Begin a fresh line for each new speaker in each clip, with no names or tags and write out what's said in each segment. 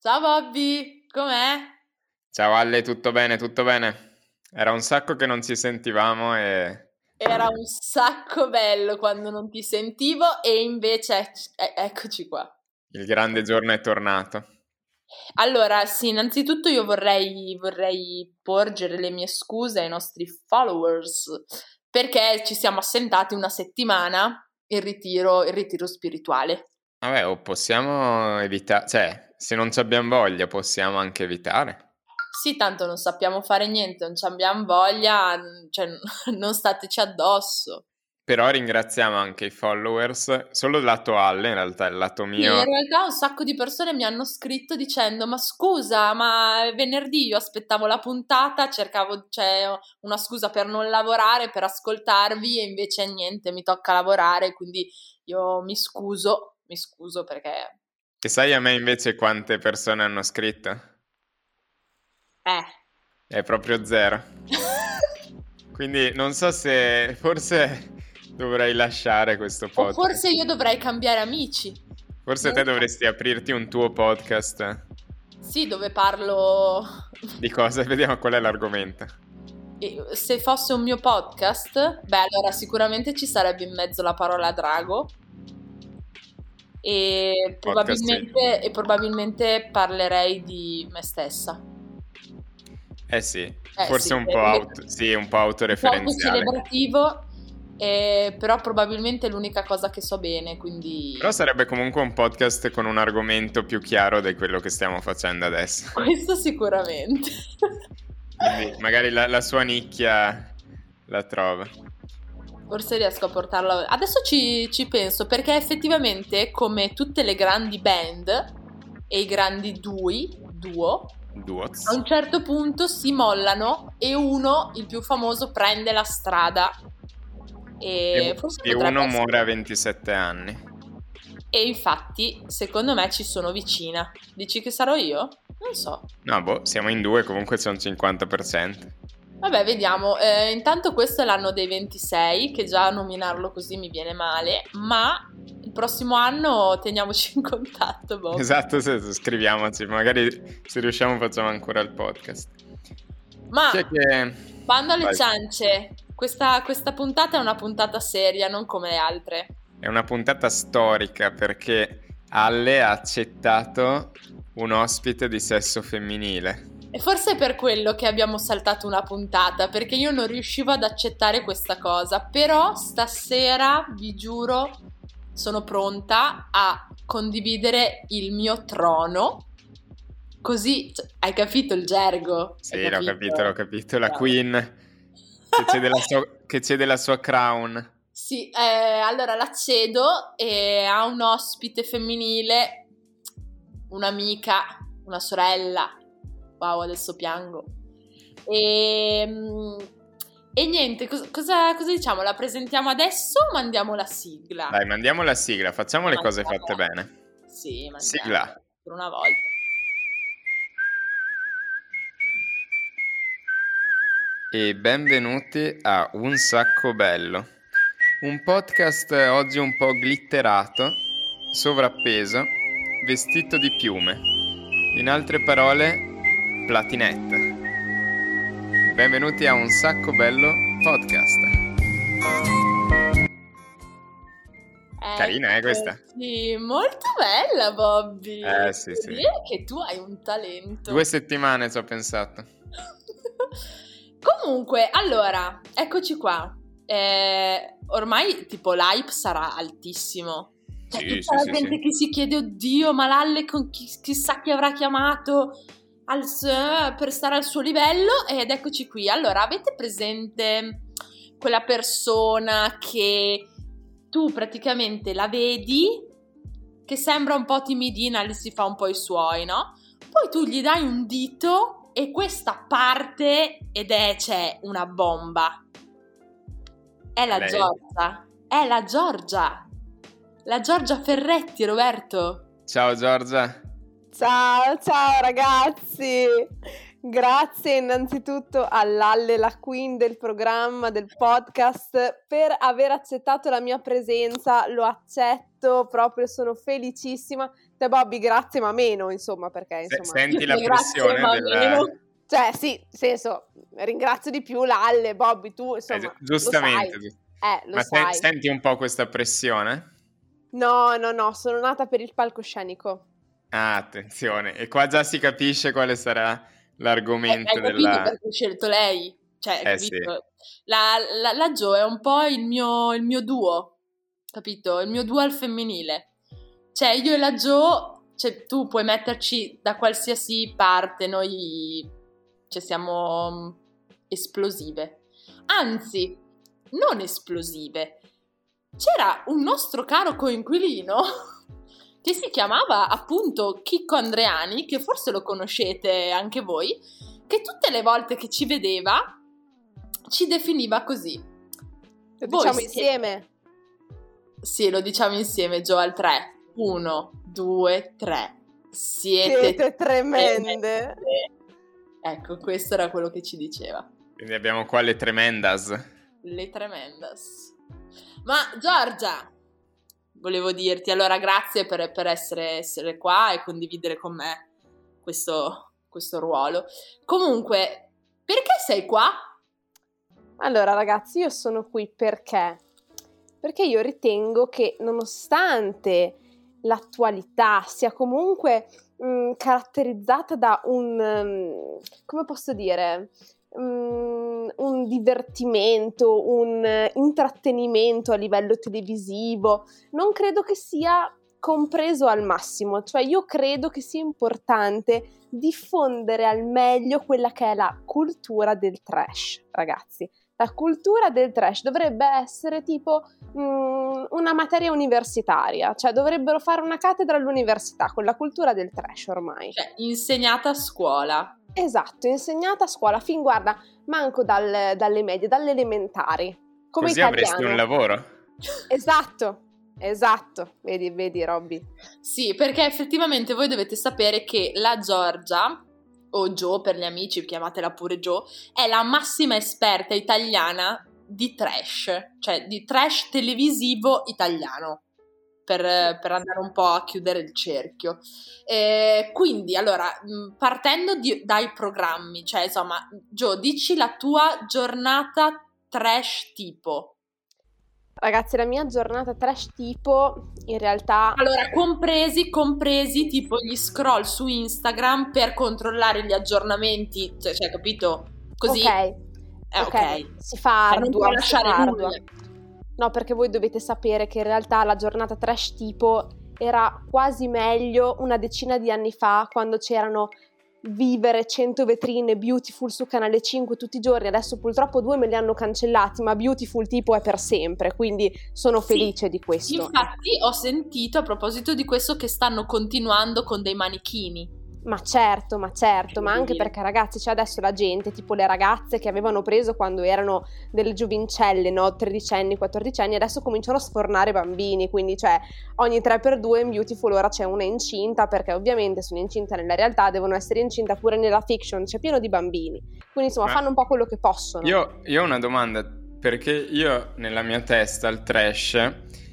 Ciao Bobby, com'è?
Ciao Ale, tutto bene, tutto bene. Era un sacco che non ci sentivamo e...
Era un sacco bello quando non ti sentivo e invece ec- e- eccoci qua.
Il grande giorno è tornato.
Allora, sì, innanzitutto io vorrei, vorrei porgere le mie scuse ai nostri followers perché ci siamo assentati una settimana in ritiro, in ritiro spirituale.
Vabbè, o possiamo evitare, cioè, se non ci abbiamo voglia, possiamo anche evitare.
Sì, tanto non sappiamo fare niente, non ci abbiamo voglia, n- cioè, non stateci addosso.
Però ringraziamo anche i followers, solo il lato Ale, in realtà, il lato
Sì, In
mio.
realtà un sacco di persone mi hanno scritto dicendo: Ma scusa, ma è venerdì io aspettavo la puntata, cercavo cioè, una scusa per non lavorare, per ascoltarvi, e invece niente, mi tocca lavorare. Quindi io mi scuso, mi scuso perché.
E sai a me invece quante persone hanno scritto?
Eh.
È proprio zero. Quindi non so se forse dovrei lasciare questo
o
podcast.
forse io dovrei cambiare amici.
Forse te dovresti aprirti un tuo podcast.
Sì, dove parlo
Di cosa? Vediamo qual è l'argomento.
E uh, se fosse un mio podcast, beh, allora sicuramente ci sarebbe in mezzo la parola drago. E
Podcast, sì.
probabilmente, e probabilmente parlerei di me stessa.
Eh sì, forse
sì,
un,
eh,
po
le-
auto- sì, un po'
Un po'
autoreferenziale.
celebrativo, eh, però probabilmente è l'unica cosa che so bene, quindi
Però sarebbe comunque un podcast con un argomento più chiaro di quello che stiamo facendo adesso.
questo sicuramente.
Quindi magari la, la sua nicchia la trova.
Forse riesco a portarlo. Adesso ci, ci penso perché effettivamente, come tutte le grandi band e i grandi dui, duo,
Duoz.
a un certo punto si mollano e uno, il più famoso, prende la strada. E,
E,
forse
e
potrebbe
uno
essere-
muore a 27 anni.
E infatti, secondo me ci sono vicina. Dici che sarò io? Non so.
No, boh, siamo in due, comunque c'è un 50%.
Vabbè, vediamo. Eh, intanto questo è l'anno dei 26, che già nominarlo così mi viene male, ma il prossimo anno teniamoci in contatto, boh. Bob.
Esatto, se- se- scriviamoci, magari se riusciamo facciamo ancora il podcast.
Ma
Chi è che...
bando alle
Vai.
ciance, questa, questa puntata è una puntata seria, non come le altre.
È una puntata storica perché Alle ha accettato un ospite di sesso femminile.
E forse è per quello che abbiamo saltato una puntata, perché io non riuscivo ad accettare questa cosa. Però stasera, vi giuro, sono pronta a condividere il mio trono. Così cioè, hai capito il gergo?
Sì,
Hai
l'ho capito, l'ho capito. La
Bravo.
Queen che cede la sua, che cede la sua crown.
Sì, eh, allora la cedo e ha un ospite femminile, un'amica, una sorella. Wow, adesso piango. E, mm, e niente, cos- cosa, cosa diciamo? La presentiamo adesso o mandiamo la sigla?
Dai, mandiamo la sigla, facciamo le cose fatte
Mandiamola.
bene.
Sì, mandiamola,
Sigla.
Per una volta.
E benvenuti a Un Sacco Bello, un podcast oggi un po' glitterato, sovrappeso, vestito di piume. In altre parole, platinette. Benvenuti a Un Sacco Bello podcast. Carina, eh, questa?
Sì, molto bella, Bobby.
Eh, sì,
Devo
sì.
dire che tu hai un talento.
Due settimane ci ho pensato.
Comunque, allora, eccoci qua. Eh, ormai tipo l'hype sarà altissimo. Cioè,
Sì,
tutta
sì,
la
sì,
gente
sì.
che si chiede, oddio, ma Lalle con chi, chissà chi avrà chiamato al s- per stare al suo livello. Ed eccoci qui. Allora, avete presente quella persona che tu praticamente la vedi, che sembra un po' timidina, lì si fa un po' i suoi, no? Poi tu gli dai un dito e questa parte ed è, cioè, una bomba. È la
Lei.
Giorgia. È la Giorgia. La Giorgia Ferretti, Roberto.
Ciao Giorgia.
Ciao, ciao ragazzi! Grazie innanzitutto all'Alle la Queen del programma, del podcast, per aver accettato la mia presenza. Lo accetto proprio, sono felicissima. Te Bobby, grazie, ma meno, insomma, perché
Se-
insomma...
senti la
Grazie,
pressione
va
della...
bene.
Cioè, sì, nel senso, ringrazio di più Lalle, Bobby, tu,
Eh,
insomma,
gi- giustamente.
lo sai. Eh, lo
Ma se-
sai.
senti un po' questa pressione?
No, no, no, sono nata per il palcoscenico.
Ah, attenzione. E qua già si capisce quale
Eh,
sarà
Hai
l'argomento
capito
della...
perché ho scelto lei? Cioè,
Eh,
capito? La, la, la Jo è un po' il mio, il mio duo, capito? Il mio duo al femminile. Cioè, io e la Jo, cioè, tu puoi metterci da qualsiasi parte, noi cioè, siamo mm, esplosive. Anzi, non esplosive. C'era un nostro caro coinquilino che si chiamava appunto Chicco Andreani, che forse lo conoscete anche voi, che tutte le volte che ci vedeva ci definiva così.
Lo
Voi
diciamo
siete-
insieme.
Sì, lo diciamo insieme, Gio, al 3. 1, 2, 3. Siete,
Siete tremende.
Ecco, questo era quello che ci diceva.
Quindi abbiamo qua le tremendas.
Le tremendas. Ma Giorgia, volevo dirti, allora grazie per, per essere, essere qua e condividere con me questo, questo ruolo. Comunque, perché sei qua?
Allora, ragazzi, io sono qui perché? Perché io ritengo che nonostante l'attualità sia comunque mh, caratterizzata da un, ehm, come posso dire, Mm, un divertimento, un eh, intrattenimento a livello televisivo, non credo che sia compreso al massimo, cioè io credo che sia importante diffondere al meglio quella che è la cultura del trash, ragazzi. La cultura del trash dovrebbe essere tipo mm, una materia universitaria, cioè dovrebbero fare una cattedra all'università con la cultura del trash ormai.
Cioè, insegnata a scuola.
Esatto, insegnata a scuola, fin guarda, manco dal- dalle medie, dalle elementari. Come
Così avresti
italiano.
un lavoro.
Esatto, esatto. Vedi, vedi, Robby.
Sì, perché effettivamente voi dovete sapere che la Giorgia, o Jo per gli amici, chiamatela pure Jo, è la massima esperta italiana di trash, cioè di trash televisivo italiano. Per, per andare un po' a chiudere il cerchio. Eh, quindi, allora, mh, partendo di- dai programmi, cioè insomma, Jo, dici la tua giornata trash tipo.
Ragazzi, la mia giornata trash tipo, in realtà,
Allora, compresi, compresi tipo gli scroll su Instagram per controllare gli aggiornamenti, cioè, cioè, capito? Così
ok,
è ok.
ok, si fa
Cioè, non
ardua,
puoi
si fa
lasciare
ardua.
nulla.
No, perché voi dovete sapere che in realtà la giornata trash tipo era quasi meglio una decina di anni fa quando c'erano vivere 100 vetrine beautiful su canale 5 tutti i giorni adesso purtroppo due me li hanno cancellati ma beautiful tipo è per sempre quindi sono
Sì.
felice di questo
Infatti ho sentito a proposito di questo che stanno continuando con dei manichini.
ma certo ma certo ma anche
Quindi-
perché ragazzi c'è adesso la gente tipo le ragazze che avevano preso quando erano delle giovincelle no 13 14 anni adesso cominciano a sfornare bambini quindi cioè ogni 3x2 in Beautiful ora c'è una incinta perché ovviamente sono incinta nella realtà, devono essere incinta pure nella fiction, c'è pieno di bambini. Quindi insomma
Ma-
fanno un po' quello che possono.
Io, io ho una domanda, perché io nella mia testa il trash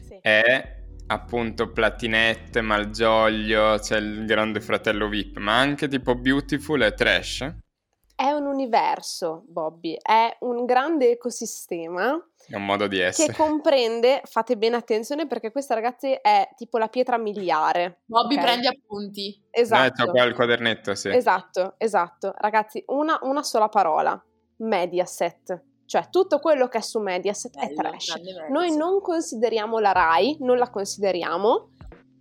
Sì.
Eh. è appunto Platinette, Malgioglio, c'è il grande fratello VIP, ma anche tipo Beautiful e Trash.
È un universo, Bobby, è un grande ecosistema
È un modo di
che
essere.
comprende, fate bene attenzione perché questa ragazzi è tipo la pietra miliare.
Bobby
ok?
prendi appunti.
Dai,
Esatto.
c'ho qua il quadernetto, sì.
Esatto, esatto. Ragazzi, una, una sola parola, Mediaset. Cioè tutto quello che è su Mediaset è
Bello,
trash.
grande merda,
Noi
sì.
non consideriamo la RAI, non la consideriamo,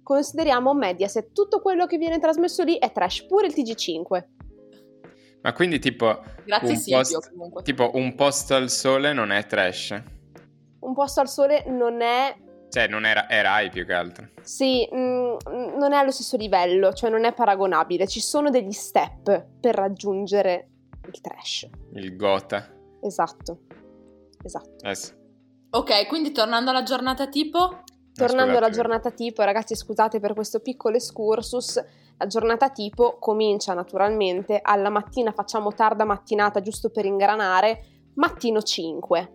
consideriamo Mediaset. Tutto quello che viene trasmesso lì è trash, pure il TG5.
Ma quindi tipo,
Grazie
un
Silvio
post-
comunque.
tipo un posto al sole non è trash.
Un posto al sole non è,
Cioè, non era, è Rai più che altro.
sì, mm, non è allo stesso livello, cioè non è paragonabile. Ci sono degli step per raggiungere il trash.
Il Gotha.
Esatto, esatto.
Eh sì.
Ok, quindi tornando alla giornata tipo,
No,
Tornando alla
scusate.
giornata tipo, ragazzi, scusate per questo piccolo excursus. La giornata tipo comincia naturalmente alla mattina, facciamo tarda mattinata giusto per ingranare, mattino 5.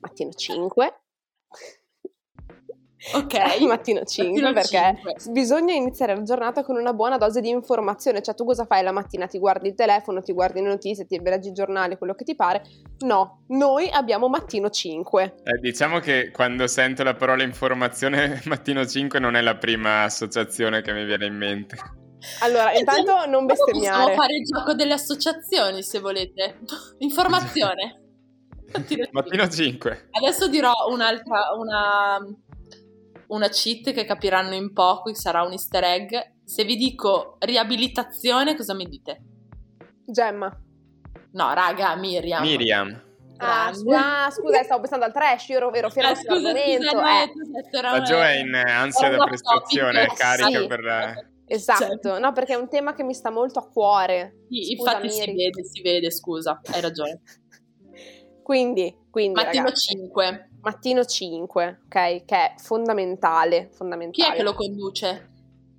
Mattino 5.
Ok.
mattino 5 perché
cinque.
bisogna iniziare la giornata con una buona dose di informazione, cioè tu cosa fai la mattina? Ti guardi il telefono, ti guardi le notizie, ti leggi il giornale, quello che ti pare? No, noi abbiamo mattino 5.
Eh, diciamo che quando sento la parola informazione mattino 5 non è la prima associazione che mi viene in mente.
Allora,
Eh,
intanto non
Dopo Possiamo
bestemmiare.
fare il gioco delle associazioni se volete. Informazione. Mattino
Mattino 5.
Adesso dirò un'altra, una, una cheat che capiranno in poco, sarà un easter egg. Se vi dico riabilitazione, cosa mi dite?
Gemma.
No, raga, Miriam.
Miriam.
Ah,
Grande.
scusa, ah, scusa, stavo pensando al trash, io ero, ero fiera
Ah,
di
scusa,
sull'argomento,
scusa,
eh.
no, scusate, era
La
una-
Gio è in eh, ansia
era
da
una
prestazione,
topic.
carica
Sì.
per... eh,
Esatto,
certo.
no, perché è un tema che mi sta molto a cuore.
Sì,
Scusa,
infatti si
Miri.
vede, si vede, scusa, hai ragione.
Quindi, quindi
Mattino
ragazzi,
5.
mattino 5, ok, che è fondamentale, fondamentale.
Chi è che lo conduce?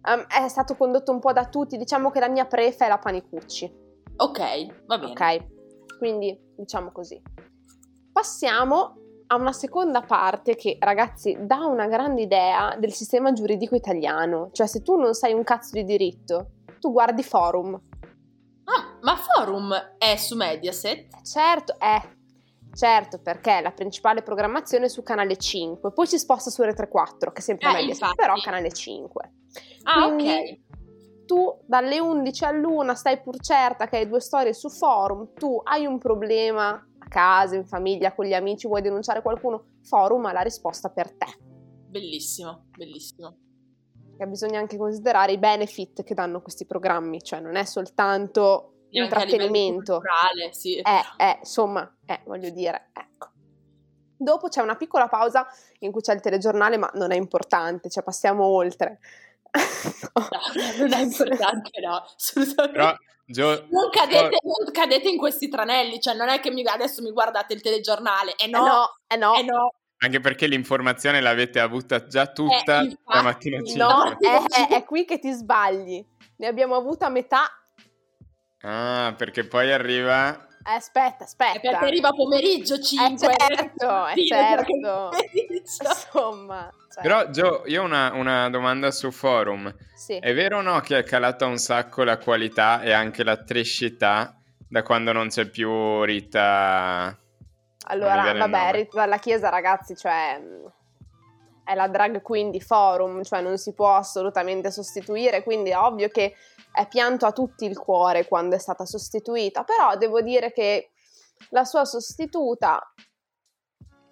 Ehm, è stato condotto un po' da tutti, diciamo che la mia prefa è la Panicucci,
Ok, va bene.
ok? Quindi diciamo così. Passiamo a una seconda parte che ragazzi dà una grande idea del sistema giuridico italiano, cioè se tu non sai un cazzo di diritto, tu guardi forum. Eh,
Ah, ma Forum è su Mediaset?
Certo, eh, certo, perché la principale programmazione è su canale 5, poi si sposta su Re34, che è sempre
Eh,
meglio,
infatti.
però canale 5.
Ah,
Quindi
ok.
Tu dalle 11 all'1 stai pur certa che hai due storie su forum, tu hai un problema a casa, in famiglia, con gli amici, vuoi denunciare qualcuno, forum ha la risposta per te.
Bellissimo, bellissimo.
Perché bisogna anche considerare i benefit che danno questi programmi, cioè non è soltanto
E anche a livello
intrattenimento.
culturale, diciamo. sì.
Eh, eh, insomma, eh, voglio dire, ecco. Dopo c'è una piccola pausa in cui c'è il telegiornale, ma non è importante, cioè passiamo oltre.
No, non è importante, no, assolutamente.
Però Gio...
non, cadete, non cadete in questi tranelli, cioè non è che mi- adesso mi guardate il telegiornale, e
Eh
no,
no, eh no,
eh no,
Anche perché l'informazione l'avete avuta già tutta
Eh, infatti,
la mattina 5.
No,
Sì.
è, è- è qui che ti sbagli. Ne abbiamo avuta metà.
Ah, perché poi arriva...
Eh, aspetta,
è perché
aspetta.
arriva pomeriggio 5.
Eh, certo, eh, certo. Insomma, cioè,
Però Gio, io ho una, una domanda su forum.
sì.
È vero o no che è calata un sacco la qualità e anche la trescità da quando non c'è più Rita? non mi
Allora,
viene il
vabbè,
nome.
rito dalla chiesa, ragazzi, cioè mh, è la drag queen di forum, cioè non si può assolutamente sostituire, quindi è ovvio che è pianto a tutti il cuore quando è stata sostituita, però devo dire che la sua sostituta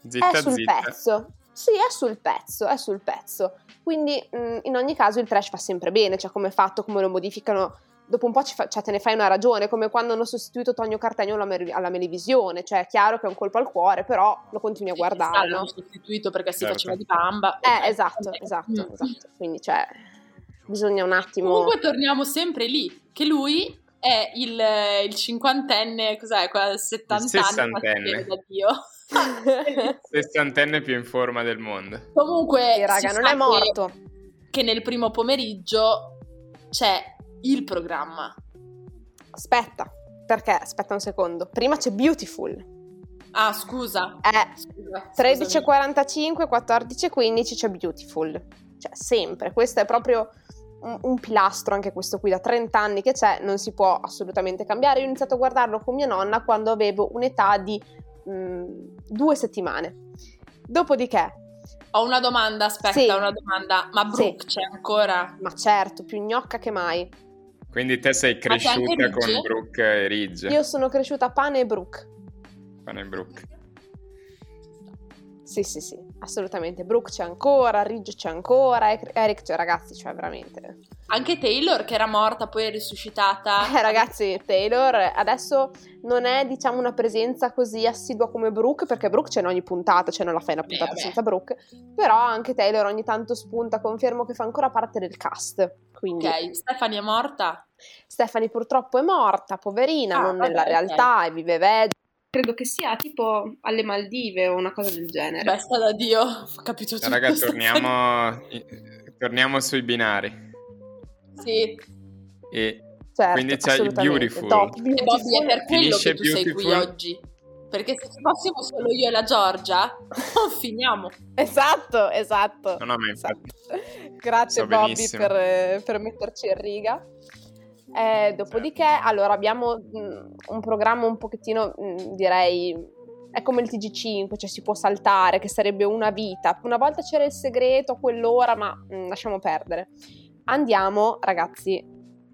Zitta
è Eh, sul
zitta.
pezzo. Sì, è sul pezzo, è sul pezzo. Quindi mh, in ogni caso il trash fa sempre bene, cioè come è fatto, come lo modificano. Dopo un po' ci fa- cioè, te ne fai una ragione, come quando hanno sostituito Tonio Cartagno alla, mer- alla Melevisione, cioè è chiaro che è un colpo al cuore, però lo continui a guardare, no?
L'hanno sostituito perché si
Certo.
faceva di bamba.
Eh, esatto, esatto,
Mm.
esatto. Quindi cioè bisogna un attimo...
Comunque torniamo sempre lì, che lui è il, il cinquantenne, cos'è, quel settantenne,
sessantenne.
da Dio.
Sessantenne più in forma del mondo.
Comunque,
Sì, raga,
si
non
sa
è
che-
morto.
che nel primo pomeriggio c'è il programma.
Aspetta, perché? Aspetta un secondo. Prima c'è Beautiful.
Ah, scusa.
Eh,
scusa, scusami.
13.45, 14.15 c'è Beautiful. Cioè, sempre. Questo è proprio un, un pilastro, anche questo qui, da 30 anni che c'è, non si può assolutamente cambiare. Io ho iniziato a guardarlo con mia nonna quando avevo un'età di mh, due settimane. Dopodiché,
Ho una domanda, aspetta,
Sì.
una domanda. Ma Brooke c'è ancora?
ma certo, più gnocca che mai.
Quindi te sei
Ma c'è anche
cresciuta con
Ridge?
Brooke e Ridge.
Io sono cresciuta a pane e Brooke.
Con il Brooke.
Sì, sì, sì, assolutamente. Brooke c'è ancora, Ridge c'è ancora, Eric- Eric c'è, ragazzi, cioè veramente.
Anche Taylor che era morta, poi è risuscitata.
Eh, ragazzi, Taylor adesso non è, diciamo, una presenza così assidua come Brooke, perché Brooke c'è in ogni puntata, cioè non la fai una puntata
vabbè.
senza Brooke, però anche Taylor ogni tanto spunta, confermo che fa ancora parte del cast. Quindi
Ok, Stefani è morta.
Stephanie purtroppo è morta, poverina,
Ah,
non
vabbè,
nella
ok.
realtà, e vive vegeto. Credo che sia tipo alle Maldive o una cosa del genere.
Besta da Dio, ho capito tutto.
Raga,
Stefani.
torniamo, i- torniamo sui binari.
Sì,
E
Certo,
quindi c'è il
assolutamente.
Beautiful.
Top,
e Bobby è per quello
Finisce
che tu sei qui
Beautiful.
oggi. Perché se ci fossimo solo io e la Giorgia, non finiamo.
Esatto, esatto.
No, no, ma
esatto.
infatti,
Grazie
So
Bobby
benissimo.
per, per metterci in riga. Eh, dopodiché, allora, abbiamo mh, un programma un pochettino, mh, direi, è come il TG5, cioè si può saltare, che sarebbe una vita. Una volta c'era il segreto a quell'ora, ma mh, lasciamo perdere. Andiamo, ragazzi,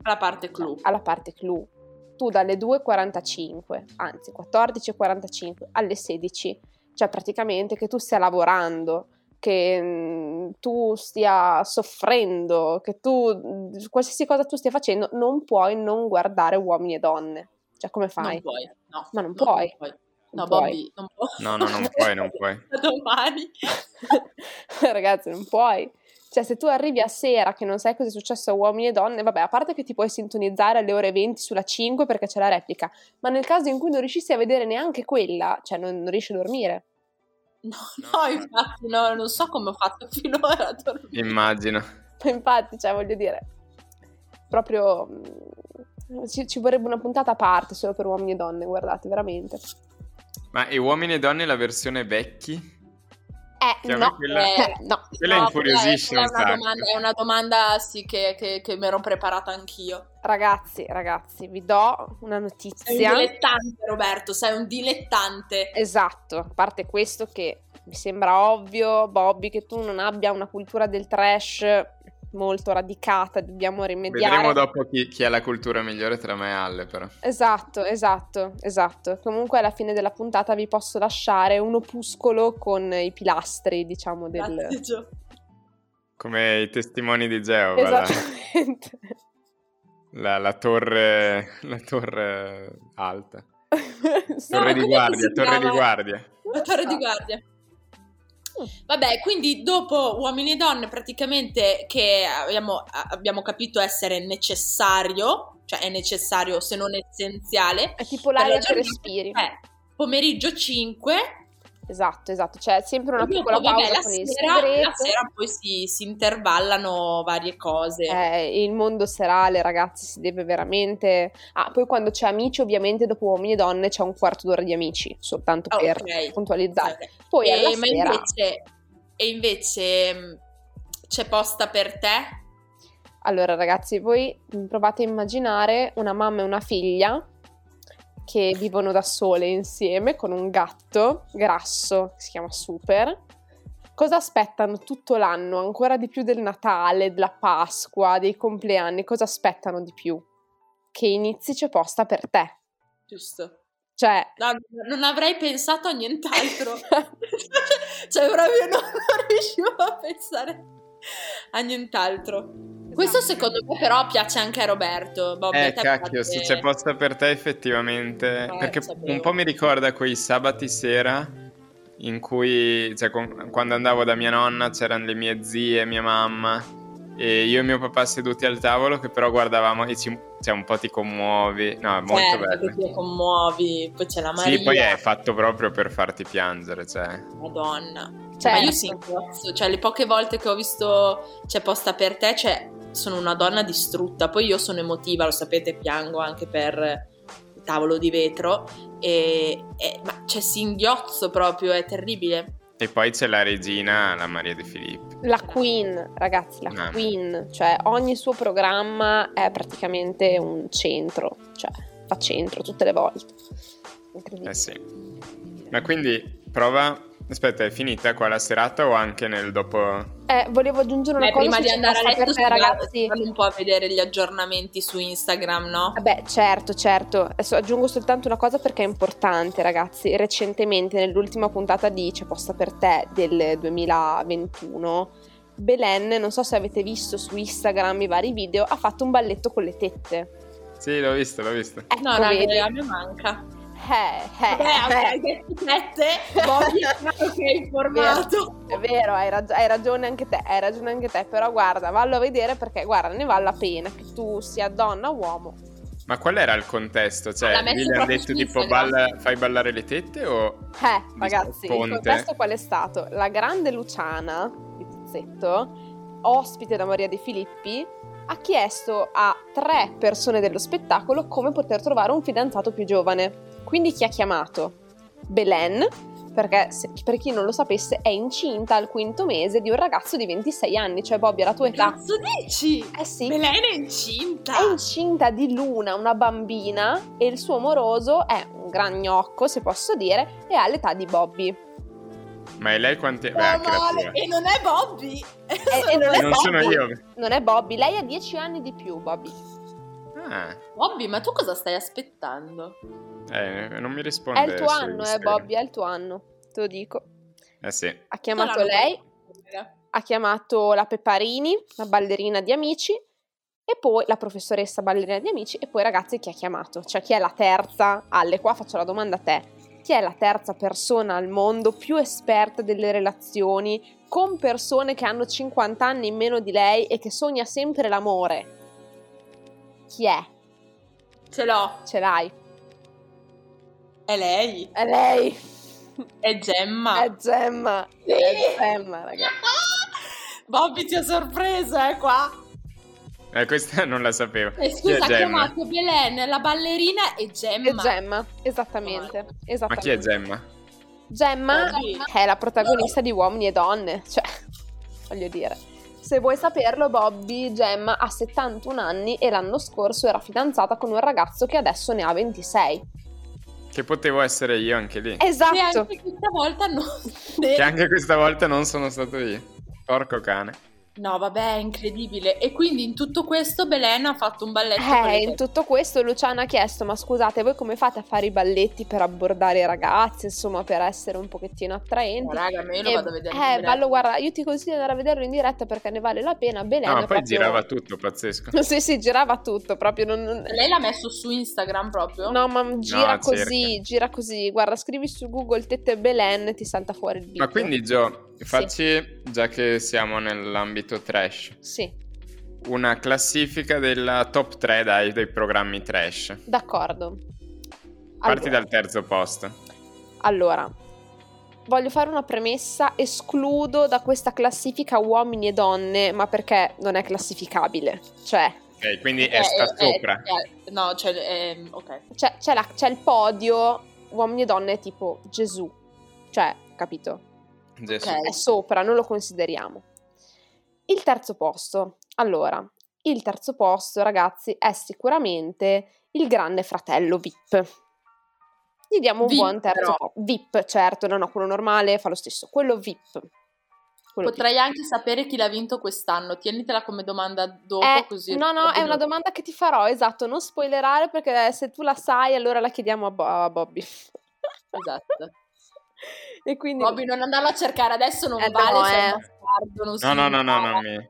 La parte clou.
alla parte clou. Tu dalle 2.45, anzi 14.45 alle 16, cioè praticamente che tu stia lavorando, che mm, tu stia soffrendo, che tu, mm, qualsiasi cosa tu stia facendo, non puoi non guardare uomini e donne. Cioè come
Non
fai?
puoi, no.
Ma non
No,
puoi.
No,
Non puoi.
Bobby, non puoi.
No,
Esatto.
no, non puoi, non puoi.
Da domani.
Ragazzi, non puoi. Cioè, se tu arrivi a sera che non sai cosa è successo a uomini e donne, vabbè, a parte che ti puoi sintonizzare alle ore 20 sulla 5 perché c'è la replica, ma nel caso in cui non riuscissi a vedere neanche quella, cioè non, non riesci a dormire.
No,
No,
no,
no.
infatti, no, non so come ho fatto finora a dormire.
Immagino.
Infatti, cioè, voglio dire, proprio mm, ci, ci vorrebbe una puntata a parte solo per uomini e donne, guardate, veramente.
Ma e uomini e donne la versione vecchi?
Eh,
Cioè, a me
no,
quella-
eh, no.
Quella
No,
infuriosisce
quella è,
un
quella è una
sacco.
domanda, è una domanda, sì, che, che- che mi ero preparata anch'io.
Ragazzi, ragazzi, vi do una notizia.
Sei un dilettante, Roberto, sei un dilettante.
Esatto, a parte questo che mi sembra ovvio, Bobby, che tu non abbia una cultura del trash molto radicata, dobbiamo rimediare.
Vedremo dopo chi, chi ha la cultura migliore tra me e Alle, però.
Esatto, esatto, esatto. Comunque alla fine della puntata vi posso lasciare un opuscolo con i pilastri, diciamo, del...
Grazie, Gio.
Come i testimoni di Geova, la-
Esatto.
Esattamente.
la, la torre, la torre alta.
com'è
Torre
che
di
si
guardia, torre di
chiama?
guardia.
La torre di guardia.
Oh.
Vabbè, quindi dopo uomini e donne, praticamente che abbiamo, abbiamo capito essere necessario, cioè è necessario se non essenziale,
È tipo
Per la
l'aria che
giornata-
respiri.
è pomeriggio 5
Esatto, esatto. C'è sempre una
Dopo,
piccola
vabbè,
pausa
la
con il
sera, la
segreto.
sera poi si, si intervallano varie cose.
Eh, il mondo serale, ragazzi, si deve veramente. Ah, poi quando c'è amici, ovviamente dopo uomini e donne c'è un quarto d'ora di amici, soltanto
Ah,
per
ok.
puntualizzare.
Ok.
Poi
e,
alla
ma
sera
invece, e invece mh, c'è posta per te?
Allora, ragazzi, voi provate a immaginare una mamma e una figlia che vivono da sole insieme con un gatto grasso che si chiama Super. Cosa aspettano tutto l'anno, ancora di più del Natale, della Pasqua, dei compleanni? Cosa aspettano di più? Che inizi c'è posta per te.
Giusto.
Cioè,
No, non avrei pensato a nient'altro. cioè, proprio non, non riuscivo a pensare a nient'altro. Questo secondo me però piace anche a Roberto. Bobby, a
Eh,
te
cacchio,
piace-
se c'è posta per te effettivamente...
Eh,
perché
lo sapevo.
un po' mi ricorda quei sabati sera in cui... Cioè, con- quando andavo da mia nonna c'erano le mie zie, mia mamma e io e mio papà seduti al tavolo che però guardavamo e ci... Cioè, un po' ti commuovi. No, è molto
Certo,
bello.
che ti commuovi, poi c'è la Maria.
Sì, poi è fatto proprio per farti piangere, cioè...
Madonna.
certo.
Ma io sì, incazzo, cioè le poche volte che ho visto c'è posta per te, cioè sono una donna distrutta, poi io sono emotiva, lo sapete, piango anche per il tavolo di vetro, e, e- ma cioè si inghiozzo proprio, è terribile.
E poi c'è la regina, la Maria De Filippi.
La Queen, ragazzi, la
Mamma.
Queen, cioè ogni suo programma è praticamente un centro, cioè fa centro tutte le volte. Incredibile.
Eh sì. Ma quindi prova. Aspetta, è finita qua la serata o anche nel dopo?
Eh, volevo aggiungere una
Beh,
cosa
prima
su
di andare a
Città
letto,
per te, ragazzi.
vanno un po' a vedere gli aggiornamenti su Instagram, no?
Vabbè, certo, certo. Adesso aggiungo soltanto una cosa perché è importante, ragazzi. Recentemente, nell'ultima puntata di C'è posta per te del 2021, Belen, non so se avete visto su Instagram i vari video, ha fatto un balletto con le tette.
Sì, l'ho visto, l'ho visto.
Ecco,
No, raga,
vedi?
a me manca.
Eh, eh,
Vabbè,
eh.
avrei detto sette, Bobby, ma che è informato.
eh, È vero, hai, rag- hai ragione anche te, hai ragione anche te, però guarda, vallo a vedere perché guarda, ne vale la pena che tu sia donna o uomo.
Ma qual era il contesto?
L'ha
Cioè,
messo
lì le hanno
proprio
detto
su
tipo
Instagram.
balla- fai ballare le tette o...
Eh, ragazzi, il
Ponte.
contesto qual è stato? La grande Luciana di Pizzetto, ospite da Maria De Filippi, ha chiesto a tre persone dello spettacolo come poter trovare un fidanzato più giovane. Quindi chi ha chiamato? Belen, perché se- per chi non lo sapesse è incinta al quinto mese di un ragazzo di 26 anni, cioè Bobby era tua età.
Cazzo dici?
Eh sì,
Belen è incinta.
è incinta di Luna, una bambina, e il suo moroso è un gran gnocco, se posso dire, e ha l'età di Bobby.
Ma e lei quanti... Eh, Beh,
Meno
anche la
male.
tua.
E non è Bobby.
Eh, e non è
Non sono
Bobby.
io.
Non è Bobby, lei ha 10 anni di più, Bobby.
Ah,
Bobby, ma tu cosa stai aspettando?
eh, non mi risponde.
È il tuo
su
anno, eh,
Instagram.
Bobby, è il tuo anno, te lo dico.
Eh sì.
Ha chiamato
No, no, no.
lei, ha chiamato la Pepparini, la ballerina di Amici, e poi la professoressa ballerina di Amici, e poi ragazzi chi ha chiamato? Cioè chi è la terza? Alle, qua faccio la domanda a te. Chi è la terza persona al mondo più esperta delle relazioni con persone che hanno 50 anni in meno di lei e che sogna sempre l'amore? Chi è?
Ce l'ho.
Ce l'hai?
È lei.
È lei!
È
Ah.
Gemma.
È Gemma! È Gemma, ragazzi.
Bobby ti ha sorpresa, eh, qua.
Eh, questa non la sapevo.
Eh,
E
Chi è
scusa, ha
Gemma?
chiamato Belen, la ballerina e Gemma.
È Gemma, esattamente.
Ma chi è
esattamente.
Gemma?
Gemma
Bobby.
è la protagonista di Uomini e Donne, cioè, voglio dire. Se vuoi saperlo, Bobby Gemma ha 71 anni e l'anno scorso era fidanzata con un ragazzo che adesso ne ha 26.
Che potevo essere io anche lì.
E
Esatto.
anche questa volta non...
Che anche questa volta non sono stato io. Porco cane.
No, vabbè, è incredibile. E quindi in tutto questo Belen ha fatto un balletto. con le
Eh, in
tette.
tutto questo Luciana ha chiesto, ma scusate, voi come fate a fare i balletti per abbordare i ragazzi, insomma, per essere un pochettino
No,
attraenti?
raga, ma io lo
E-
vado a vedere. in
Eh,
diretta.
vallo, guarda, io ti consiglio di andare a vederlo in diretta perché ne vale la pena.
No,
Belen è
ma Ah, poi
proprio-
girava tutto, pazzesco.
Sì, sì, girava tutto, proprio non- non-
Lei l'ha messo su Instagram proprio?
No, ma
cerca.
gira così, gira così. Guarda, scrivi su Google Tette Belen, ti salta fuori il video.
Ma quindi, Gio,
Sì.
facci, già che siamo nell'ambito trash,
Sì,
una classifica della top 3 dai, dei programmi trash.
d'accordo.
Parti
allora,
dal terzo posto.
allora, voglio fare una premessa, escludo da questa classifica uomini e donne, ma perché non è classificabile. Cioè,
Ok, quindi
Eh,
è sta
eh,
sopra.
eh, eh, no, cioè, ehm, ok.
c'è, c'è la- c'è il podio uomini e donne tipo Gesù. Cioè, capito?
Gesù.
ok.
è sopra, non lo consideriamo. Il terzo posto, allora, il terzo posto, ragazzi, è sicuramente il grande fratello VIP. Gli diamo un
VIP,
buon terzo
però.
po- VIP, certo, no, no, quello normale fa lo stesso, quello VIP. Quello
Potrei anche sapere chi l'ha vinto quest'anno. Tienitela come domanda dopo,
VIP. Eh,
così.
no, no, è una
domanda.
domanda che ti farò, esatto, non spoilerare perché se tu la sai allora la chiediamo a, Bo- a Bobby.
Esatto.
e quindi...
Bobby, non andarlo a cercare adesso non
Eh, no,
vale, sei
eh.
un bastardo, non si
No, no, no, no,
impara.
non mi,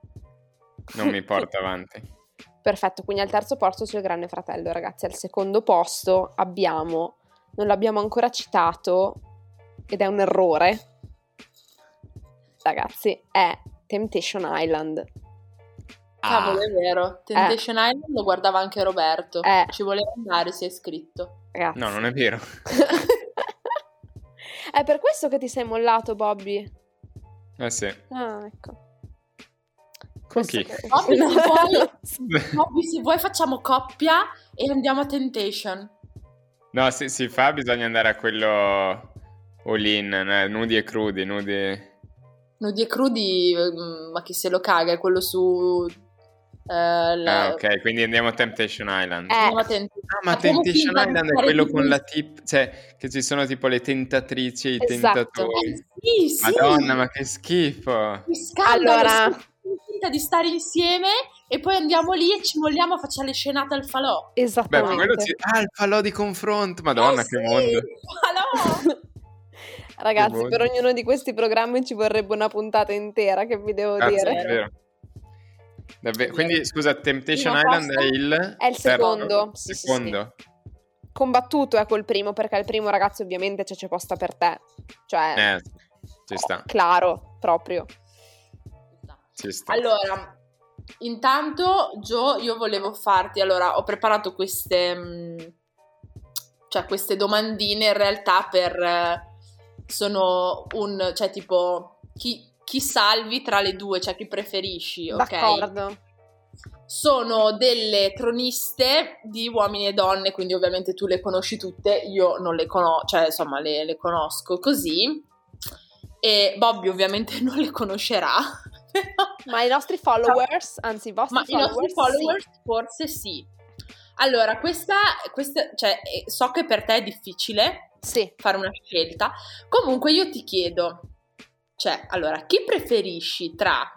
non mi porta avanti.
Perfetto, quindi al terzo posto c'è il Grande Fratello, ragazzi. Al secondo posto abbiamo, non l'abbiamo ancora citato, ed è un errore, ragazzi, è Temptation Island.
Cavolo,
Ah,
è vero. Temptation Island lo guardava anche Roberto.
Eh.
Ci voleva andare, si è iscritto.
Ragazzi.
no, non è vero.
è per questo che ti sei mollato, Bobby.
Eh sì.
Ah, ecco.
Con
Questo
chi?
che-
Bobby, se vuoi-
No,
Bobby, se vuoi facciamo coppia e andiamo a Temptation.
se si fa bisogna andare a quello all-in, eh, nudi e crudi, nudi...
Nudi e crudi, mm, ma chi se lo caga, è quello su... eh, la-
Ah, ok, quindi andiamo a Temptation Island.
Eh,
andiamo a Temptation.
Ah, ma
Facciamo
Temptation
finta di
Island è
fare
quello
di
con la tip, cioè che ci sono tipo le tentatrici e i
Esatto.
Eh,
tentatori.
sì, sì.
Madonna, ma che schifo!
Che scandalo,
Allora-
siamo finta di stare insieme e poi andiamo lì e ci molliamo a fare le scenate al falò.
Beh, ma
Esattamente.
quello ci... Ah, il falò di confronto! Madonna,
Eh
che
sì,
mondo!
Falò!
Ragazzi,
Che mondo.
per ognuno di questi programmi ci vorrebbe una puntata intera, che vi devo
Cazzo,
dire.
è vero. Davvero. Quindi, scusa, Temptation
Primo
Island
posto?
è il...
È il
terzo-
secondo, sì, sì,
secondo.
combattuto è col primo perché il primo ragazzo ovviamente c'è, c'è posta per te cioè
Eh, ci sta,
claro proprio
ci sta.
Allora, intanto Gio, io volevo farti, allora ho preparato queste, mh, cioè queste domandine in realtà per, eh, sono un, cioè tipo, chi, chi salvi tra le due, cioè chi preferisci, ok?
d'accordo
sono delle croniste di uomini e donne, quindi ovviamente tu le conosci tutte, io non le conosco, cioè insomma le, le conosco così. E Bobby ovviamente non le conoscerà.
Ma i nostri followers, anzi i vostri
Ma i
followers,
nostri followers forse sì. Allora, questa, questa cioè, eh, so che per te è difficile
sì. Sì.
fare una scelta. Comunque io ti chiedo, cioè, allora, chi preferisci tra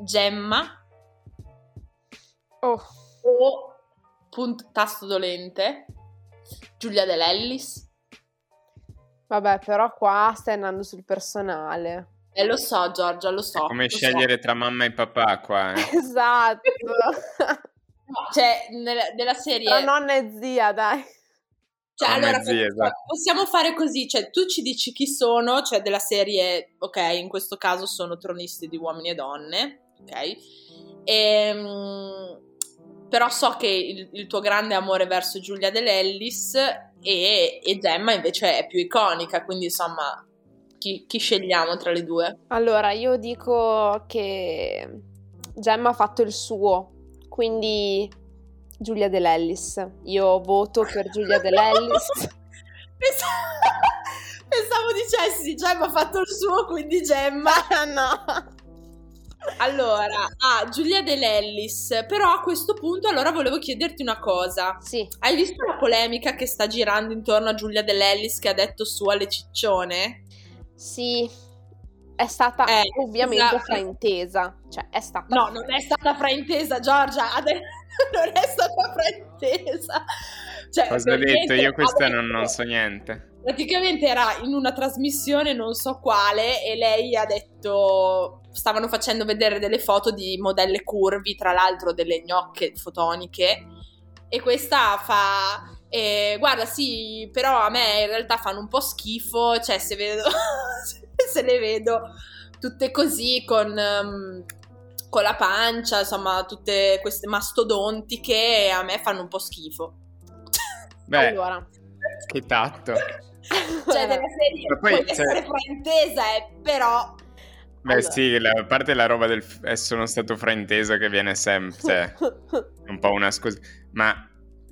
Gemma
Oh,
o punt- tasto dolente Giulia De Lellis?
vabbè, però qua stai andando sul personale.
Eh, lo so, Giorgia, lo so.
Come
lo so.
scegliere tra mamma e papà qua, eh.
Esatto.
No, cioè, nella, della serie...
Tra nonna e zia, dai.
Cioè,
Come
allora,
zie,
possiamo-
esatto.
possiamo fare così, cioè tu ci dici chi sono, cioè della serie, ok, in questo caso sono tronisti di uomini e donne, ok? Ehm, però so che il, il tuo grande amore verso Giulia De Lellis e, e Gemma invece è più iconica, quindi insomma, chi, chi scegliamo tra le due?
Allora, io dico che Gemma ha fatto il suo, quindi Giulia De Lellis. Io voto per Giulia De Lellis.
Pensavo, pensavo dicessi, Gemma ha fatto il suo, quindi Gemma...
Ma no.
Allora, ah, Giulia De Lellis, però a questo punto allora volevo chiederti una cosa.
Sì,
Hai visto la polemica che sta girando intorno a Giulia De Lellis che ha detto su alle ciccione?
sì. È stata
Eh,
ovviamente
esatto.
fraintesa. Cioè, è stata...
No, non è stata fraintesa, Giorgia, ade- non è stata fraintesa. Cioè,
Cosa ho detto?
praticamente
Io questa
ha
non, non
detto-
so niente.
Praticamente era in una trasmissione, non so quale, e lei ha detto. Stavano facendo vedere delle foto di modelle curvi, tra l'altro delle gnocche fotoniche. E questa fa. eh, guarda, sì, però a me in realtà fanno un po' schifo. Cioè, se vedo. se le vedo tutte così con. ehm, con la pancia, insomma, tutte queste mastodontiche a me fanno un po' schifo.
Beh,
Allora,
che tatto.
cioè della serie
Esatto. Ma
può
poi, cioè-
essere fraintesa eh, però
Beh
Allora.
sì, la- a parte la roba del f- eh, sono stato frainteso che viene sempre, cioè, è un po' una scusa, ma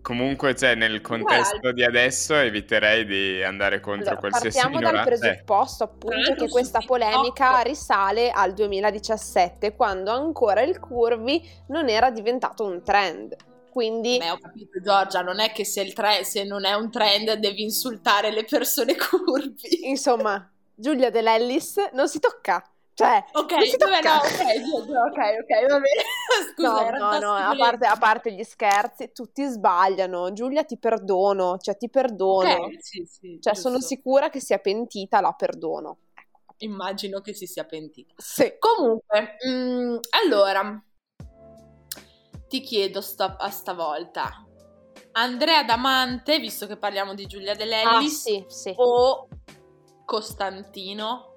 comunque cioè, nel contesto di adesso eviterei di andare contro
Allora,
qualsiasi
partiamo dal
minoranza. Eh,
Tra
presupposto appunto
l'altro
che
su
questa
TikTok-
polemica risale al 2017 quando ancora il curvy non era diventato un trend quindi
beh ho capito Giorgia non è che se, il tre- se non è un trend devi insultare le persone curvi
insomma Giulia De Lellis non si tocca cioè
ok
Non si
vabbè,
tocca.
no, ok Giorgia, ok ok va bene scusa
no
era
no no a
tasto
parte, a parte gli scherzi tutti sbagliano Giulia ti perdono cioè ti perdono
dolente. Ok, sì, sì,
cioè
giusto.
sono sicura che sia pentita la perdono ecco
immagino che si sia pentita
sì
comunque mm, allora ti chiedo sta- a stavolta Andrea Damante visto che parliamo di Giulia De
ah,
Lellis
sì, sì.
o Costantino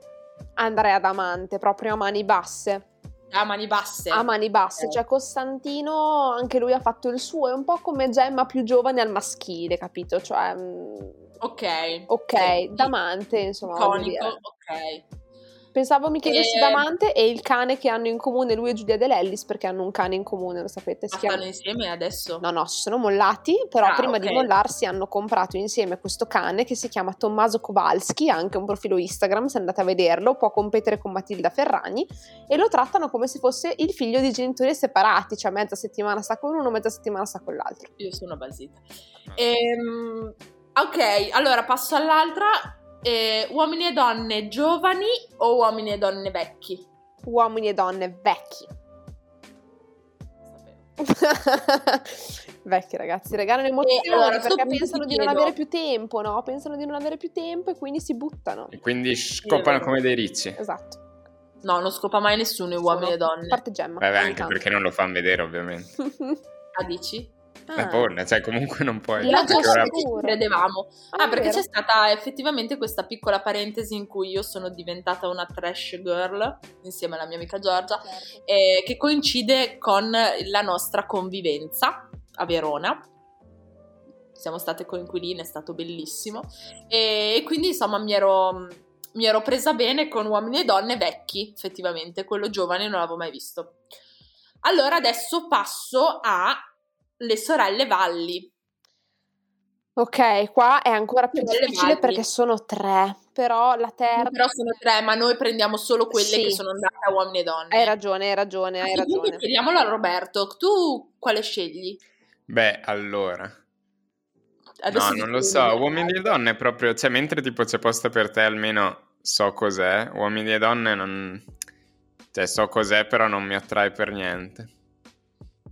Andrea Damante proprio a mani basse
a mani basse.
a mani basse,
Ok.
cioè Costantino anche lui ha fatto il suo, è un po' come Gemma più giovane al maschile, capito? Cioè, mm,
ok.
ok,
Sì.
Damante, insomma, voglio
Iconico,
dire.
ok.
pensavo mi chiedessi
Eh.
Damante e il cane che hanno in comune lui e Giulia De Lellis perché hanno un cane in comune, lo sapete, si
Ma
chiama...
stanno insieme adesso?
No, no, si sono mollati, però
Ah,
prima
ok.
di mollarsi hanno comprato insieme questo cane che si chiama Tommaso Kowalski, ha anche un profilo Instagram, se andate a vederlo, può competere con Matilda Ferragni e lo trattano come se fosse il figlio di genitori separati, cioè mezza settimana sta con uno, mezza settimana sta con l'altro.
Io sono basita. Ehm, ok, allora passo all'altra. Eh, uomini e donne giovani o uomini e donne vecchi?
Uomini e donne vecchi. vecchi ragazzi, regalano emozioni
allora, a sto
perché
punto
pensano
ti
di non
chiedo-
avere più tempo, no? Pensano di non avere più tempo e quindi si buttano.
E quindi scoppano
Sì.
come dei ricci.
Esatto.
No, non scopa mai nessuno i uomini e
A
donne.
parte Gemma.
Vabbè,
ogni
anche
tanto.
perché non lo fanno vedere ovviamente.
Ah, dici?
La
Ah.
porna, cioè comunque non puoi...
La
La
perché ora-
già
giostra-
ci credevamo.
Ah,
Ah,
è
perché
vero.
c'è stata effettivamente questa piccola parentesi in cui io sono diventata una trash girl insieme alla mia amica Giorgia, eh, che coincide con la nostra convivenza a Verona. Siamo state coinquiline, è stato bellissimo. E quindi, insomma, mi ero, mi ero presa bene con uomini e donne vecchi, effettivamente, quello giovane non l'avevo mai visto. Allora adesso passo a le sorelle Valli.
Ok, qua è ancora più
Sorelle
difficile
Valli.
perché sono tre, però la terza...
Però sono tre, ma noi prendiamo solo quelle
Sì.
che sono andate a uomini e donne.
Hai ragione, hai ragione, hai
Ah, Quindi
ragione.
Chiediamolo a Roberto, tu quale scegli?
Beh, allora.
Adesso
No,
ti
non lo so.
chiedo.
Uomini e donne è proprio. Cioè, mentre tipo c'è posto per te, almeno so cos'è. Uomini e donne non. Cioè, so cos'è, però non mi attrae per niente.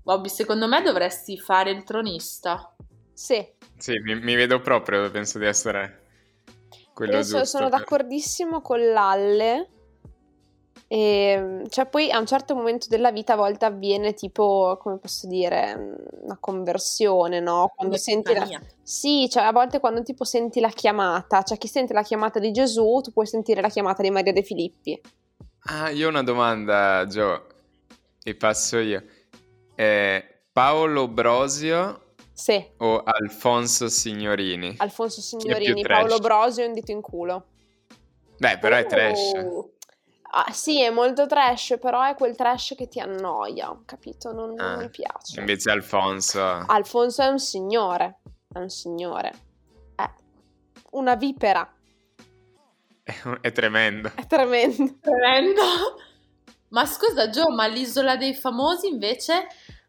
Bobby, secondo me dovresti fare il tronista.
Sì,
Sì, mi, mi vedo proprio, penso di essere quello
io so-
giusto.
sono
per-
d'accordissimo con l'Alle. E, cioè, poi a un certo momento della vita a volte avviene tipo, come posso dire, mm, una conversione, no? Quando senti la,
Mia.
Sì, cioè a volte quando tipo senti la chiamata, cioè chi sente la chiamata di Gesù, tu puoi sentire la chiamata di Maria De Filippi.
Ah, io ho una domanda, Gio. E passo io. Eh, Paolo Brosio
Sì,
o Alfonso Signorini?
Alfonso Signorini,
trash?
Paolo Brosio, un dito in culo.
Beh, però è trash.
Oh,
Ah, sì, è molto trash, però è quel trash che ti annoia, capito? Non, non
Ah,
mi piace.
Invece Alfonso.
Alfonso è un signore, è un signore. È una vipera,
È tremendo.
è tremendo.
tremendo. Ma scusa Gio, ma l'isola dei famosi invece?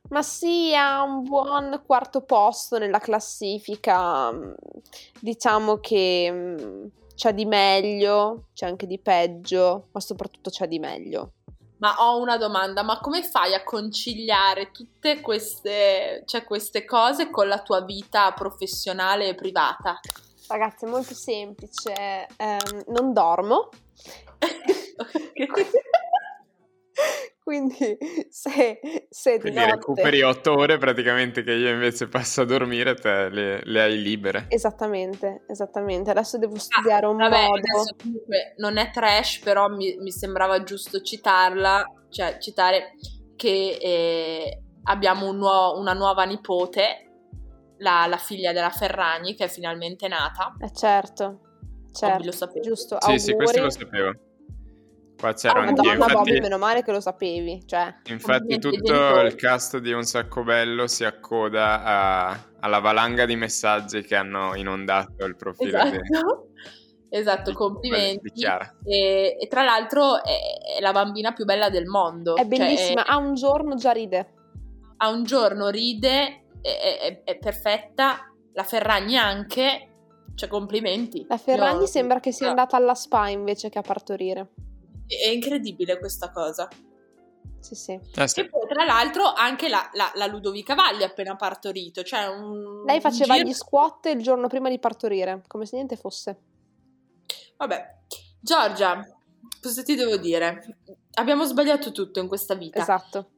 Ma sì, ha un buon quarto posto nella classifica. mm, Diciamo che mm, c'è di meglio, c'è anche di peggio, ma soprattutto c'è di meglio.
Ma ho una domanda, ma come fai a conciliare tutte queste, cioè, queste cose con la tua vita professionale e privata?
Ragazzi, è molto semplice. ehm, non dormo. Quindi se, se di
Quindi
notte-
recuperi otto ore praticamente che io invece passo a dormire, te le, le hai libere.
Esattamente, esattamente. Adesso devo studiare un
Ah, Vabbè,
modo.
adesso comunque non è trash, però mi, mi sembrava giusto citarla, cioè citare che eh, abbiamo un nuo- una nuova nipote, la, la figlia della Ferragni, che è finalmente nata.
Eh, certo, certo.
Lo sapevo.
Giusto,
Sì, sì, questo lo
auguri.
sapevo. Qua
Ah,
c'era anche io,
Madonna, Bobby,
infatti,
meno male che lo sapevi, cioè.
infatti
Complimenti ai
tutto
genitori.
il cast di Un Sacco Bello si accoda a- alla valanga di messaggi che hanno inondato il profilo di-
Esatto. Esatto,
di-
complimenti.
di Chiara.
E, e tra l'altro è, è la bambina più bella del mondo.
È
Cioè,
bellissima, a un giorno già ride.
a un giorno ride, è, è- è perfetta, la Ferragni anche, cioè complimenti.
La Ferragni
Io-
sembra che sia
Ah,
andata alla spa invece che a partorire.
È incredibile questa cosa.
Sì, sì.
Eh sì.
Che poi tra l'altro anche la, la- la Ludovica Valli ha appena partorito, cioè un...
Lei faceva
un giro-
gli squat il giorno prima di partorire, come se niente fosse.
Vabbè, Giorgia, cosa ti devo dire? Abbiamo sbagliato tutto in questa vita.
Esatto.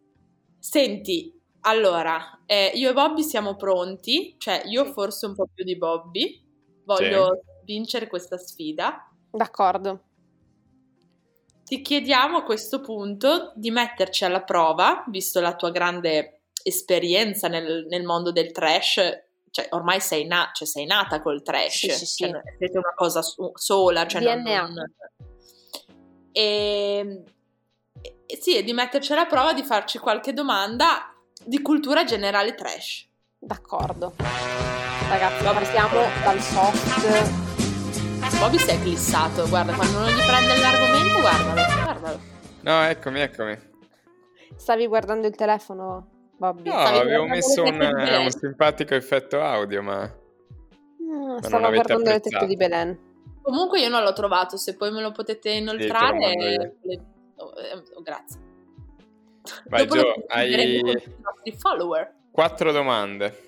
Senti, allora, eh, io e Bobby siamo pronti, cioè io
Sì.
forse un po' più di Bobby, voglio vincere questa sfida.
D'accordo.
Ti chiediamo a questo punto di metterci alla prova, visto la tua grande esperienza nel, nel mondo del trash, cioè ormai sei, na- cioè, sei nata col trash,
Sì, sì, sì.
cioè non è siete una cosa su- sola, cioè non-
DNA.
non- E, e- sì, e di metterci alla prova, di farci qualche domanda di cultura generale trash.
D'accordo. Ragazzi, partiamo dal soft.
Bobby si è glissato, guarda, quando non gli prende l'argomento, guardalo, guardalo.
No, eccomi, eccomi.
Stavi guardando il telefono, Bobby?
No,
Stavi
avevo
guardando
messo
le
un,
tette di Belè.
un simpatico effetto audio, ma...
Mm,
non
stavo
l'avete
guardando le tette
apprezzato.
di Belen.
Comunque io non l'ho trovato, se poi me lo potete inoltrare...
Sì, te lo mando
le- oh, eh, oh, grazie.
Vai
Dopo lo
Gio,
condivideremo
hai
con i nostri follower.
quattro domande.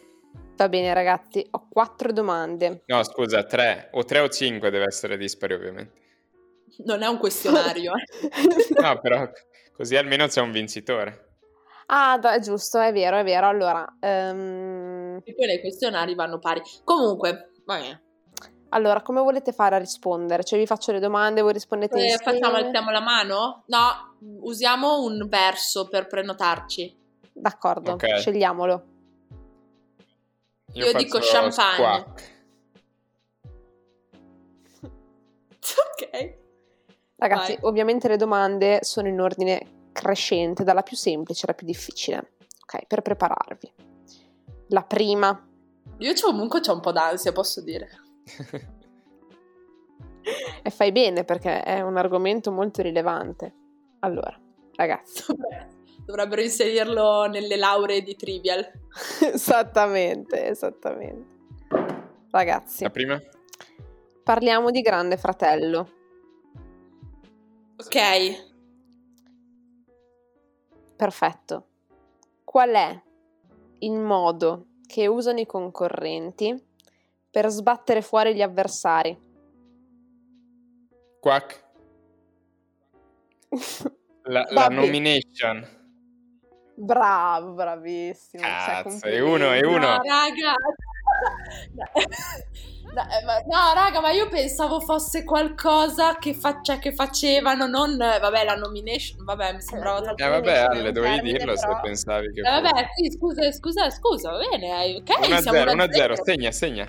Va bene, ragazzi, ho quattro domande.
No, scusa, tre. O tre o cinque deve essere dispari, ovviamente.
Non è un questionario. eh.
No, però così almeno c'è un vincitore.
Ah, da- è giusto, è vero, è vero. Allora, ehm,
E poi nei questionari vanno pari. Comunque, va bene.
allora, come volete fare a rispondere? Cioè, vi faccio le domande, voi rispondete
Eh,
insieme?
facciamo alziamo la mano? No, usiamo un verso per prenotarci.
D'accordo,
Ok.
scegliamolo.
Io dico champagne.
squack.
ok.
Ragazzi,
Vai.
ovviamente le domande sono in ordine crescente, dalla più semplice alla più difficile, ok? Per prepararvi. La prima.
Io c'ho, comunque ho un po' d'ansia, posso dire.
E fai bene perché è un argomento molto rilevante. Allora, ragazzi.
Dovrebbero inserirlo nelle lauree di Trivial.
esattamente, esattamente. Ragazzi,
La prima?
parliamo di Grande Fratello.
Ok.
Perfetto. Qual è il modo che usano i concorrenti per sbattere fuori gli avversari?
Quack. La, la
Vabbè.
nomination.
Bravo, bravissimo. cioè,
Cazzo, è
complimenti.
uno, è uno.
No, raga. No, eh, ma- no, raga, ma io pensavo fosse qualcosa che, fa- cioè, che facevano, non, eh, vabbè, la nomination, vabbè, mi sembrava tanto...
Eh vabbè,
nomination è
Ale,
un
dovevi
termine,
dirlo se
però.
pensavi che
Eh, vabbè, sì, scusa, scusa, scusa, va bene, eh, ok, siamo
1-0,
1-0.
1-0, segna, segna.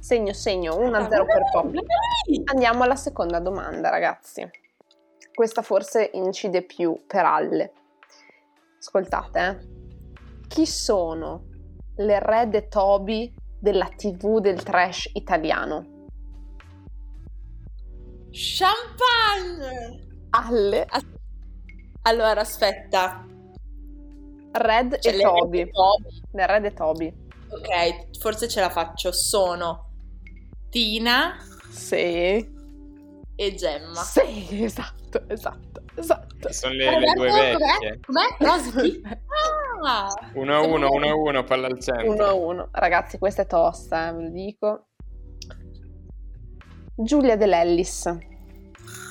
Segno, segno, 1-0 per Pop. Andiamo alla seconda domanda, ragazzi. Questa forse incide più per Alle. Ascoltate, eh. Chi sono le rede Toby della TV del trash italiano?
Champagne!
Alle,
As- Allora, aspetta.
Red
Cioè,
e
le-
Toby.
Toby.
Le rede Toby.
Ok, forse ce la faccio. Sono Tina
Sì.
e Gemma.
Sì, esatto, esatto, esatto.
Sono le,
Allora,
le due
ecco, com'è?
vecchie.
Com'è? Rosy? Ah!
1-1, 1-1, palla al
Uno a
centro.
uno. Ragazzi, questa è tosta, eh, ve lo dico. Giulia Dell'Ellis.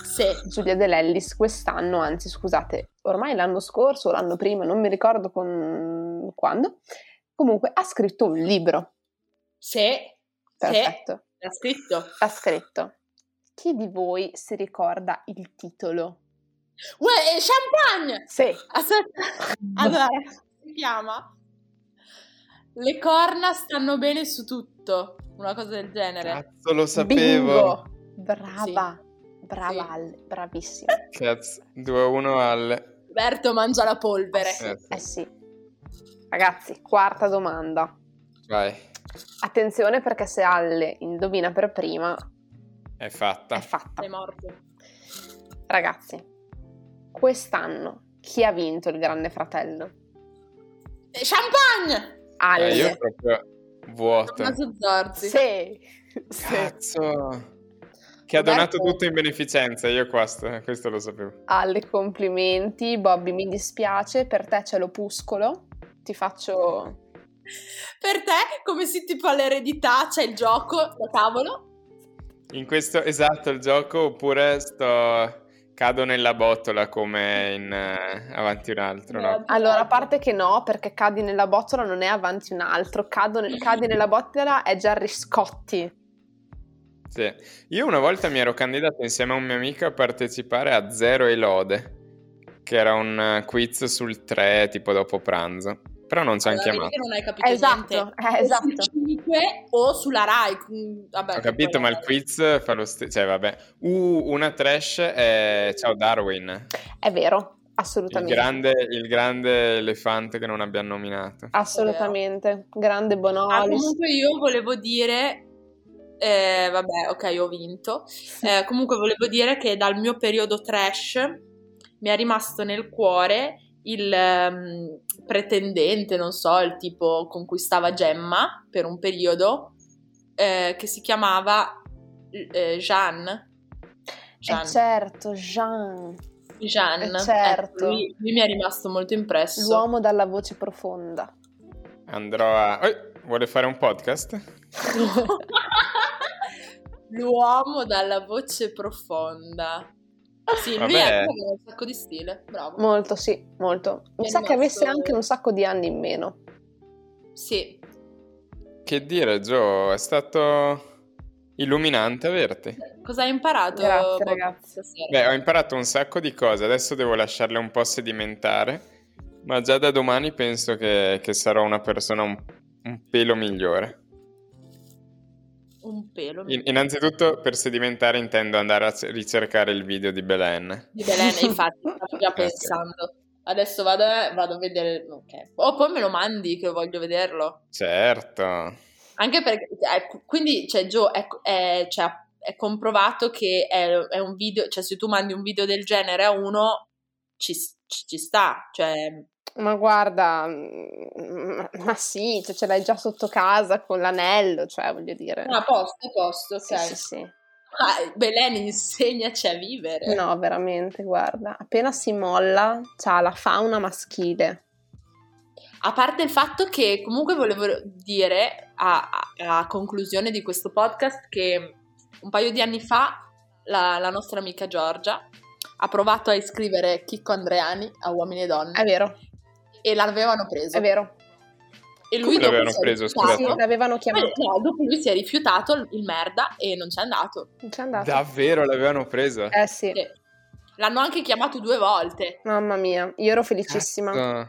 Sì.
Giulia Dell'Ellis quest'anno, anzi scusate, ormai l'anno scorso o l'anno prima, non mi ricordo con- quando, comunque ha scritto un libro.
Sì. Sì.
Perfetto.
L'ha scritto.
Ha scritto. Chi di voi si ricorda il titolo?
Uè, e champagne!
Sì.
Aspetta. Allora, si chiama Le corna stanno bene su tutto. Una cosa del genere.
Cazzo, lo Ah, sapevo.
Bingo. Brava. Brava,
Sì.
Ale, bravissima.
Eh, Cazzo, 2-1 al...
Roberto mangia la polvere.
Sì.
Eh sì. Ragazzi, quarta domanda.
Vai,
Attenzione perché se Alle indovina per prima
è fatta. Eh,
è fatta.
Sei morto.
Ragazzi, quest'anno chi ha vinto il Grande Fratello?
Eh, Champagne!
Eh, io
Alle.
proprio vuoto.
Tommaso Zorzi.
Sì. Sì.
Cazzo. Che ha donato tutto in beneficenza, io qua sto- questo lo sapevo.
Alle, complimenti. Bobby, mi dispiace, per te c'è l'opuscolo. Ti faccio...
Per te, come si tipo all'eredità, c'è il gioco da tavolo.
In questo esatto il gioco oppure sto cado nella bottola come in eh, avanti un altro, no?
Eh,
Allora, a parte che no, perché cadi nella bottola non è avanti un altro. Cado nel- cadi nella bottola è Jerry Scotti.
Sì. Io una volta mi ero candidato insieme a un mio amico a partecipare a Zero e Lode, che era un eh, quiz sul 3 tipo dopo pranzo. Però non ci hanno
Allora, vedi
chiamato.
che non hai capito niente.
Esatto, eh,
Sul
esatto.
5 o sulla Rai. mm, Vabbè,
Ho capito, ma il quiz fa lo stesso. Cioè, vabbè. Uh, una trash è Ciao Darwin.
È vero,
Il
assolutamente.
grande, il grande elefante che non abbiamo nominato.
Assolutamente. Grande
Ah,
Bonolis. Eh,
comunque io volevo dire... eh, vabbè, ok, ho vinto. Eh, comunque volevo dire che dal mio periodo trash mi è rimasto nel cuore il ehm, pretendente, non so, il tipo con cui stava Gemma per un periodo, eh, che si chiamava eh, Jean.
Eh,
Jean.
certo, Jean.
Jean.
eh,
Ecco,
certo.
lui, lui mi è rimasto molto impresso.
L'uomo dalla voce profonda.
Andrò a. Oi, vuole fare un podcast?
L'uomo dalla voce profonda. Sì, lui
Vabbè.
è proprio un sacco di stile, bravo.
molto, sì, molto. Mi
È
sa che avesse
rimasto-
anche un sacco di anni in meno.
Sì,
Che dire, Gio, è stato illuminante averti.
cosa hai imparato?
Grazie,
Bob,
ragazzi.
stasera?
Beh, ho imparato un sacco di cose, adesso devo lasciarle un po' sedimentare, ma già da domani penso che, che sarò una persona un, un pelo migliore.
Un pelo
In- innanzitutto, per sedimentare intendo andare a c- ricercare il video di Belen.
di Belen, infatti, stavo già
Eh, sì.
pensando. Adesso vado, eh, vado a vedere. Ok. O poi me lo mandi che voglio vederlo.
Certo.
Anche perché. eh, quindi, cioè, Gio, è, è- cioè, è comprovato che è, è un video. Cioè, se tu mandi un video del genere a uno, ci, ci- ci sta. Cioè,
Ma guarda, mm, ma sì, cioè ce l'hai già sotto casa con l'anello, cioè voglio dire.
Ah,
no, a posto, a posto, ok.
Sì, sì, sì.
Ah, Belen insegnaci a cioè, vivere.
No, veramente, guarda, appena si molla c'ha la fauna maschile.
A parte il fatto che comunque volevo dire a, a- a conclusione di questo podcast che un paio di anni fa la, la nostra amica Giorgia ha provato a iscrivere Chicco Andreani a Uomini e Donne
È vero,
e l'avevano preso.
è vero.
E lui dopo
l'avevano
si è
preso,
rifiutato.
Sì, l'avevano
Ma-
chiamato.
no, dopo lui si è rifiutato il- il merda e non c'è andato.
Non c'è andato.
Davvero l'avevano presa?
Eh sì,
Sì. L'hanno anche chiamato due volte.
mamma mia, io ero felicissima.
Ah,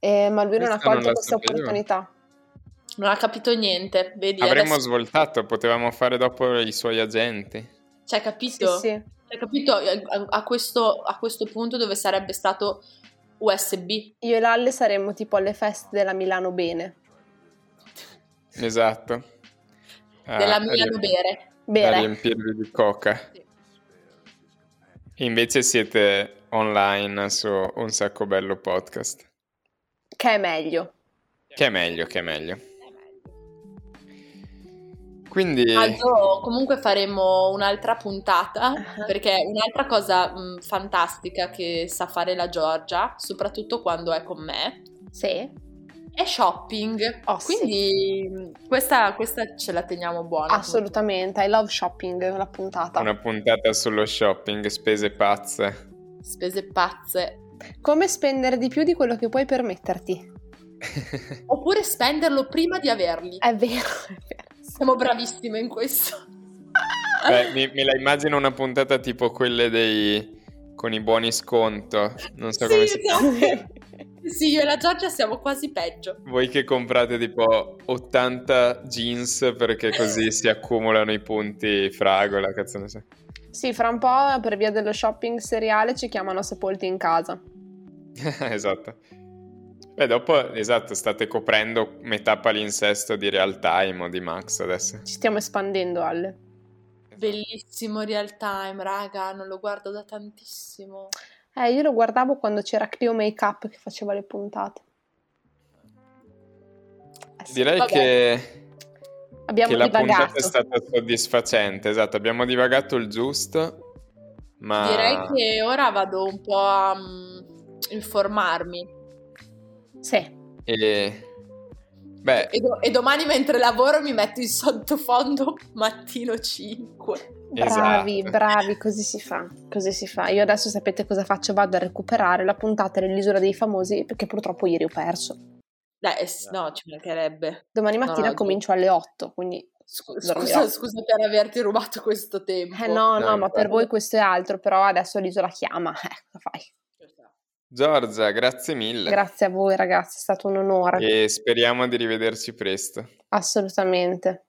Eh, ma lui non ha
Questa non
colto
la
questa
sapevo.
opportunità.
Non ha capito niente. Vedi,
Avremmo
adesso-
svoltato, potevamo fare dopo i suoi agenti.
cioè,
Sì,
capito?
sì.
Hai capito Eh, a, a questo, a questo punto dove sarebbe stato USB?
Io e Lalle saremmo tipo alle feste della Milano Bene.
Esatto. Ah,
della
a
mia
riemp-
bere.
A
Bene.
riempirvi di coca. Invece siete online su Un Sacco Bello Podcast.
Che è meglio.
Che è meglio, che è meglio. Quindi...
Ah, Aldo, comunque faremo un'altra puntata
Ah.
perché un'altra cosa mh, fantastica che sa fare la Giorgia, soprattutto quando è con me,
Sì.
è shopping.
Oh, sì.
Quindi mh, questa, questa ce la teniamo
Ah.
buona.
Assolutamente. I love shopping, la puntata.
Una puntata sullo shopping, spese pazze.
Spese pazze.
Come spendere di più di quello che puoi permetterti.
Oppure spenderlo prima di averli.
È vero, è vero.
Siamo bravissime in questo.
Beh, mi, me la immagino una puntata tipo quelle dei con i buoni sconto. Non so come si
Sì, esatto. Sì, io e la Giorgia siamo quasi peggio.
Voi che comprate tipo 80 jeans perché così si accumulano i punti fragola, cazzo ne so.
Sì, fra un po' per via dello shopping seriale ci chiamano sepolti in casa.
esatto. Beh, dopo, esatto, state coprendo metà palinsesto di real time o di Max adesso.
Ci stiamo espandendo, Ale.
Bellissimo real time, raga, non lo guardo da tantissimo.
Eh, io lo guardavo quando c'era Clio Makeup che faceva le puntate. Eh sì.
Direi
Vabbè.
che...
Abbiamo
che la puntata
divagato.
è stata soddisfacente, esatto, abbiamo divagato il giusto, ma
Direi che ora vado un po' a mm, informarmi.
Sì.
e- Beh,
E, do- e domani mentre lavoro mi metto in sottofondo mattino 5.
Bravi,
Esatto.
bravi, così si fa. Così si fa. Io adesso sapete cosa faccio? Vado a recuperare la puntata dell'Isola dei Famosi perché purtroppo ieri ho perso.
Dai, eh, s- no, ci mancherebbe.
Domani
No,
mattina
no,
comincio alle 8, quindi...
Scu-
Dormirò.
scusa, scusa per averti rubato questo tempo.
Eh no, no,
No,
ma
infatti.
per voi questo è altro, però adesso l'isola chiama. Eh, cosa fai?
Cioè,
Giorgia, grazie mille
Grazie a voi ragazzi, è stato un onore,
e speriamo di rivederci presto.
assolutamente.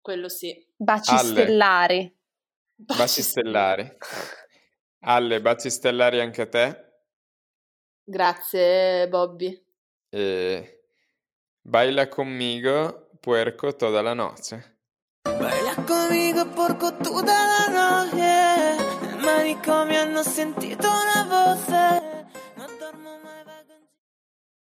Quello sì.
Baci
Ale.
stellari.
Baci stellari. Alle, baci stellari anche a te
Grazie, Bobby.
e baila conmigo, puerco toda la noche.
Baila conmigo porco tutta la noche, nel manicomio hanno sentito una voce.